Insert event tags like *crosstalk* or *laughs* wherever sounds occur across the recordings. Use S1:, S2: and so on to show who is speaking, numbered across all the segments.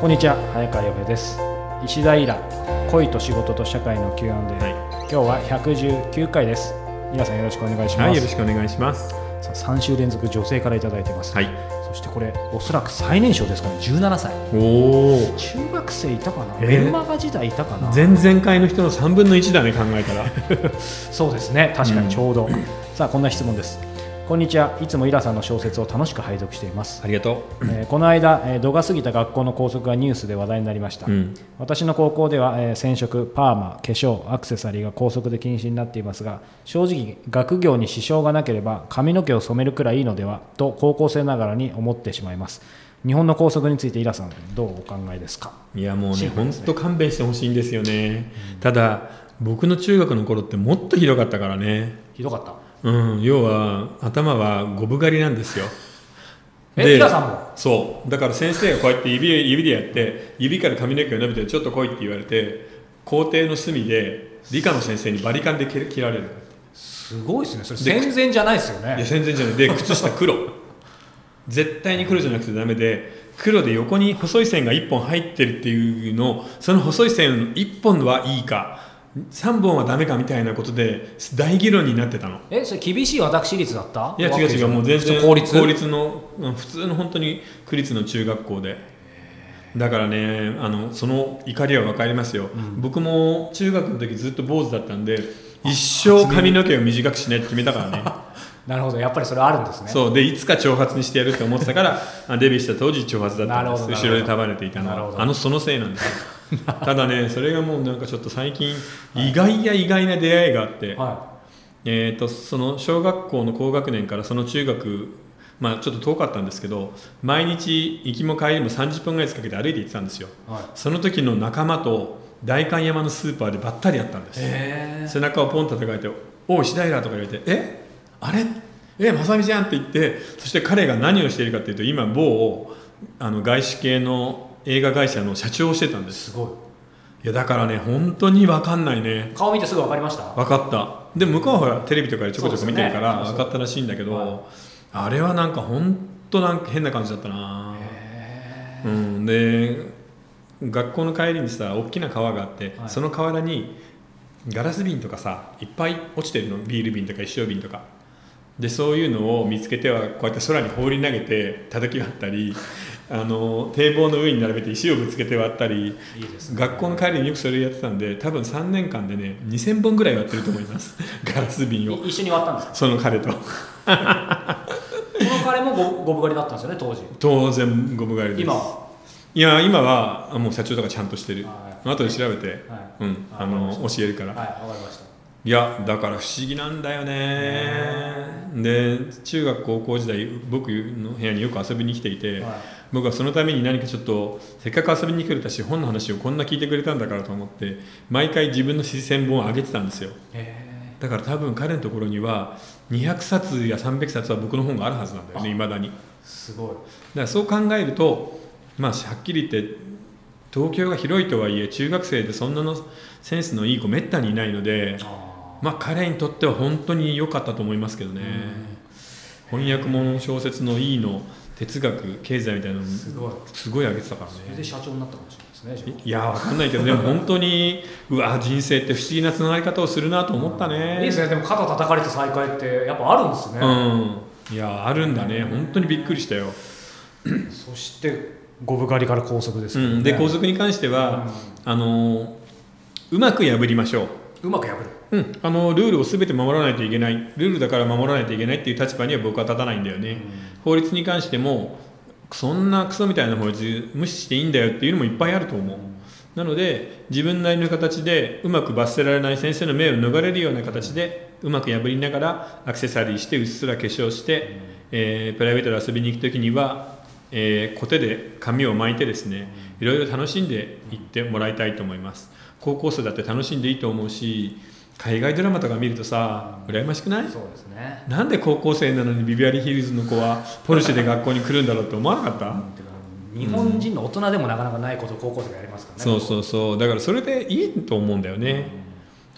S1: こんにちは早川洋平です石平恋と仕事と社会の Q&A、
S2: は
S1: 今日は119回です皆さんよろしくお願いし
S2: い、は
S1: ま
S2: い、
S1: す、
S2: よろしくお願いします。
S1: さあ3週連続女性からいただいてます、
S2: はい、
S1: そしてこれおそらく最年少ですかね17歳
S2: おお、
S1: 中学生いたかな、
S2: えー
S1: メンマガ時代いたかな
S2: 前々回の人の3分の1だね、考えた
S1: *laughs*
S2: ら。
S1: そうですね確か
S2: う
S1: に
S2: ん
S1: ちょうど、さあこんな質問ですこんにちはいつもイラさんの小説を楽しく拝読しています、
S2: ありがと
S1: えーこの間、えー度が過ぎた学校の校則がニュースで話題になりました、
S2: うん、
S1: 私の高校では、えー染色パーマ化粧アクセサリーが校則で禁止になっていますが正直学業に支障がなければ髪の毛を染めるくらいいいのではと高校生ながらに思ってしまいます日本の校則についてイラさんどうお考えですか
S2: いや、もう
S1: シ
S2: ね、
S1: ンプル
S2: 本
S1: ですね
S2: 当勘弁してほしいんですよね。ただ、僕の中学の頃ってもっとひどかったからね。
S1: ひどかった
S2: うん、要は頭はゴブ狩りなんですよ。
S1: *laughs* え
S2: で
S1: イラさんも
S2: そうだから先生がこうやって指で指でやって指から髪の毛を伸びてちょっと来いって言われて校庭の隅で理科の先生にバリカンで切切られる
S1: すごいですねそれ
S2: で
S1: 戦前じゃないですよ
S2: いや
S1: ね
S2: 全然じゃな
S1: *laughs*
S2: いで靴下黒絶対に黒じゃなくてダメで黒で横に細い線が1本入ってるっていうのをその細い線1本はいいか3本はダメかみたいなことで大議論になってたの
S1: えそれ厳しい私立だった
S2: いや違う違うもう全然
S1: 公立
S2: のうん普通の本当に区立の中学校でだからねあのその怒りは分かりますよ、僕も中学の時ずっと坊主だったんで一生髪の毛を短くしないって決めたから
S1: *laughs*
S2: ね
S1: なるほどやっぱりそれあるんですね
S2: そうでいつか長髪にしてやるって思ってたから
S1: *laughs*
S2: あデビューした当時長髪だったん
S1: なるほどなる
S2: で
S1: ほ
S2: す
S1: ど
S2: 後ろで束ねていた
S1: なるほ
S2: の
S1: ど
S2: はあのそのせいな
S1: *laughs*
S2: んですよただねそれがもうなんかちょっと最近意外や意外な出会いがあって、
S1: は
S2: えー、とその小学校の高学年からその中学まあちょっと遠かったんですけど毎日行きも帰りも30分ぐらいかけて歩いて行ってたんですよ
S1: い、はい、
S2: その時の仲間と代官山のスーパーでばったり会ったんです、
S1: へ
S2: 背中をポンと叩かれて「おい石平」とか言われて「えあれえまさみじゃん」って言ってそして彼が何をしているかっていうと今某あの外資系の映画会社の社長をしてたんで
S1: え
S2: す
S1: すごい
S2: いやだからね本当に分かんないね
S1: 顔見てすぐ分かりました
S2: 分かったでも向こうはほらテレビとかでちょこちょこ見てるから
S1: そうですよね
S2: 分かったらしいんだけど、
S1: はい
S2: あれはなんか本当なんか変な感じだったなうんで学校の帰りにさ大きな川があって、
S1: はい
S2: その河原にガラス瓶とかさいっぱい落ちてるのビール瓶とか一升瓶とかでそういうのを見つけてはこうやって空に放り投げて叩き割ったりあの堤防の上に並べて石をぶつけて割ったり
S1: いいですね
S2: 学校の帰りによくそれやってたんで多分3年間でね2000本ぐらい割ってると思います *laughs* ガラス瓶を
S1: い一緒に割ったんですか
S2: その彼と
S1: この彼もゴゴブ狩りだったんですよね当時
S2: 当然ゴム狩りです
S1: 今はい
S2: や今はあもう社長とかちゃんとしてる
S1: は
S2: 後で調べて、
S1: は
S2: うん
S1: あ
S2: あの
S1: わかりま
S2: 教えるか
S1: い、はい、
S2: ら
S1: わかりました
S2: いやだから不思議なんだよねで中学高校時代僕の部屋によく遊びに来ていて、
S1: はい
S2: 僕はそのために何かちょっとせっかく遊びに来れたし本の話をこんな聞いてくれたんだからと思って毎回自分の視線本を上げてたんですよ
S1: へ
S2: だから多分彼のところには200冊や300冊は僕の本があるはずなんだよねいまだにだか
S1: えすごい
S2: らそう考えるとまあはっきり言って東京が広いとはいえ中学生でそんなのセンスのいい子めったにいないので
S1: あ
S2: まあ彼にとっては本当に良かったと思いますけどね翻訳もの小説のいいの哲学経済みたいなの
S1: ーすごい
S2: すごい上げてたから
S1: それ
S2: ね
S1: で社長になったかもしれないですねじゃ
S2: いやわかんないけどでも本当にうわ人生って不思議なつながり方をするなと思った
S1: あ
S2: ね
S1: いいですねでも肩叩かれて再会ってやっぱあるんですね、
S2: うん、いやあるんだね本当にびっくりしたよ、
S1: そしてゴブ狩りから高速です
S2: う
S1: よね
S2: ん、で校則に関しては、あのーうまく破りましょ
S1: うまく破る
S2: う、うん、あのルールを全て守らないといけないルールだから守らないといけないっていう立場には僕は立たないんだよね、法律に関してもそんなクソみたいな法律無視していいんだよっていうのもいっぱいあると思うなので自分なりの形でうまく罰せられない先生の命を逃れるような形でうまく破りながらアクセサリーしてうっすら化粧して、えープライベートで遊びに行く時には、えーコテで髪を巻いてですねいろいろ楽しんでいってもらいたいと思います高校生だって楽しんでいいと思うし海外ドラマとか見るとさ羨ましくない
S1: そうですね
S2: なんで高校生なのにビビアリヒルズの子はポルシェで学校に来るんだろうと思わなかっ
S1: う
S2: た
S1: んてか日本人の大人でもなかなかないことを高校生がやりますからね
S2: そうそうそうだからそれでいいと思うんだよね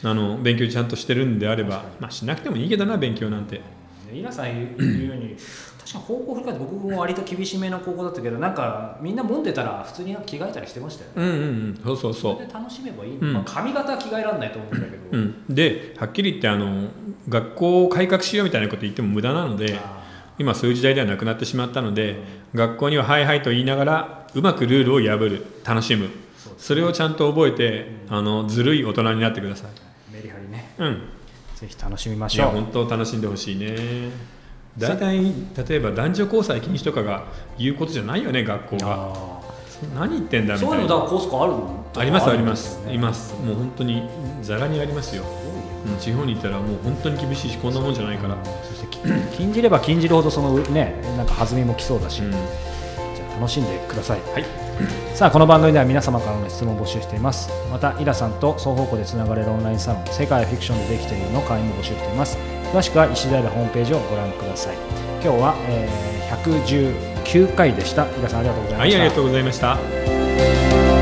S2: あの勉強ちゃんとしてるんであればまあしなくてもいいけどな勉強なんて
S1: *clears throat* でイラさん言うように確かに高校振り返って僕も割と厳しめの高校だったけどなんかみんな持ってたら普通になんか着替えたりしてましたよね
S2: うんうんうんそうそうそ
S1: そうれで楽しめばいい、
S2: うん
S1: まあ、髪型は着替えられないと思うんだけど、
S2: うん、ではっきり言ってあの学校を改革しようみたいなこと言っても無駄なので
S1: あ
S2: 今そういう時代ではなくなってしまったので学校にははいはいと言いながらうまくルールを破る楽しむ
S1: ーそうです
S2: それをちゃんと覚えてあのずるい大人になってください
S1: メリハリね
S2: うん
S1: ぜひ楽しみま
S2: い
S1: し
S2: や
S1: ょう
S2: 本当楽しんでほしいね大体例えば男女交際禁止とかが言うことじゃないよね学校が
S1: あ
S2: 何言ってんだ
S1: ー
S2: み
S1: そう
S2: た
S1: いう
S2: い
S1: のだ
S2: な
S1: からコースコあるの
S2: ありますあり
S1: るん
S2: ま
S1: ですよね
S2: いますもう本当にざらにありますようん地方に行ったらもう本当に厳しいしこんなもんじゃないから、う
S1: そしてき *coughs* 禁じれば禁じるほどそのねなんか弾みも来そうだし、
S2: ん、
S1: じゃあ楽しんでください、
S2: はい
S1: さあこの番組では皆様からの質問を募集していますまたイラさんと双方向でつながれるオンラインサロン「世界はフィクションでできている」の会員も募集しています詳しくは石平ホームページをご覧ください今日は、えー119回でしたイラさんありがとうございま
S2: は
S1: し
S2: い
S1: た、
S2: ありがとうございました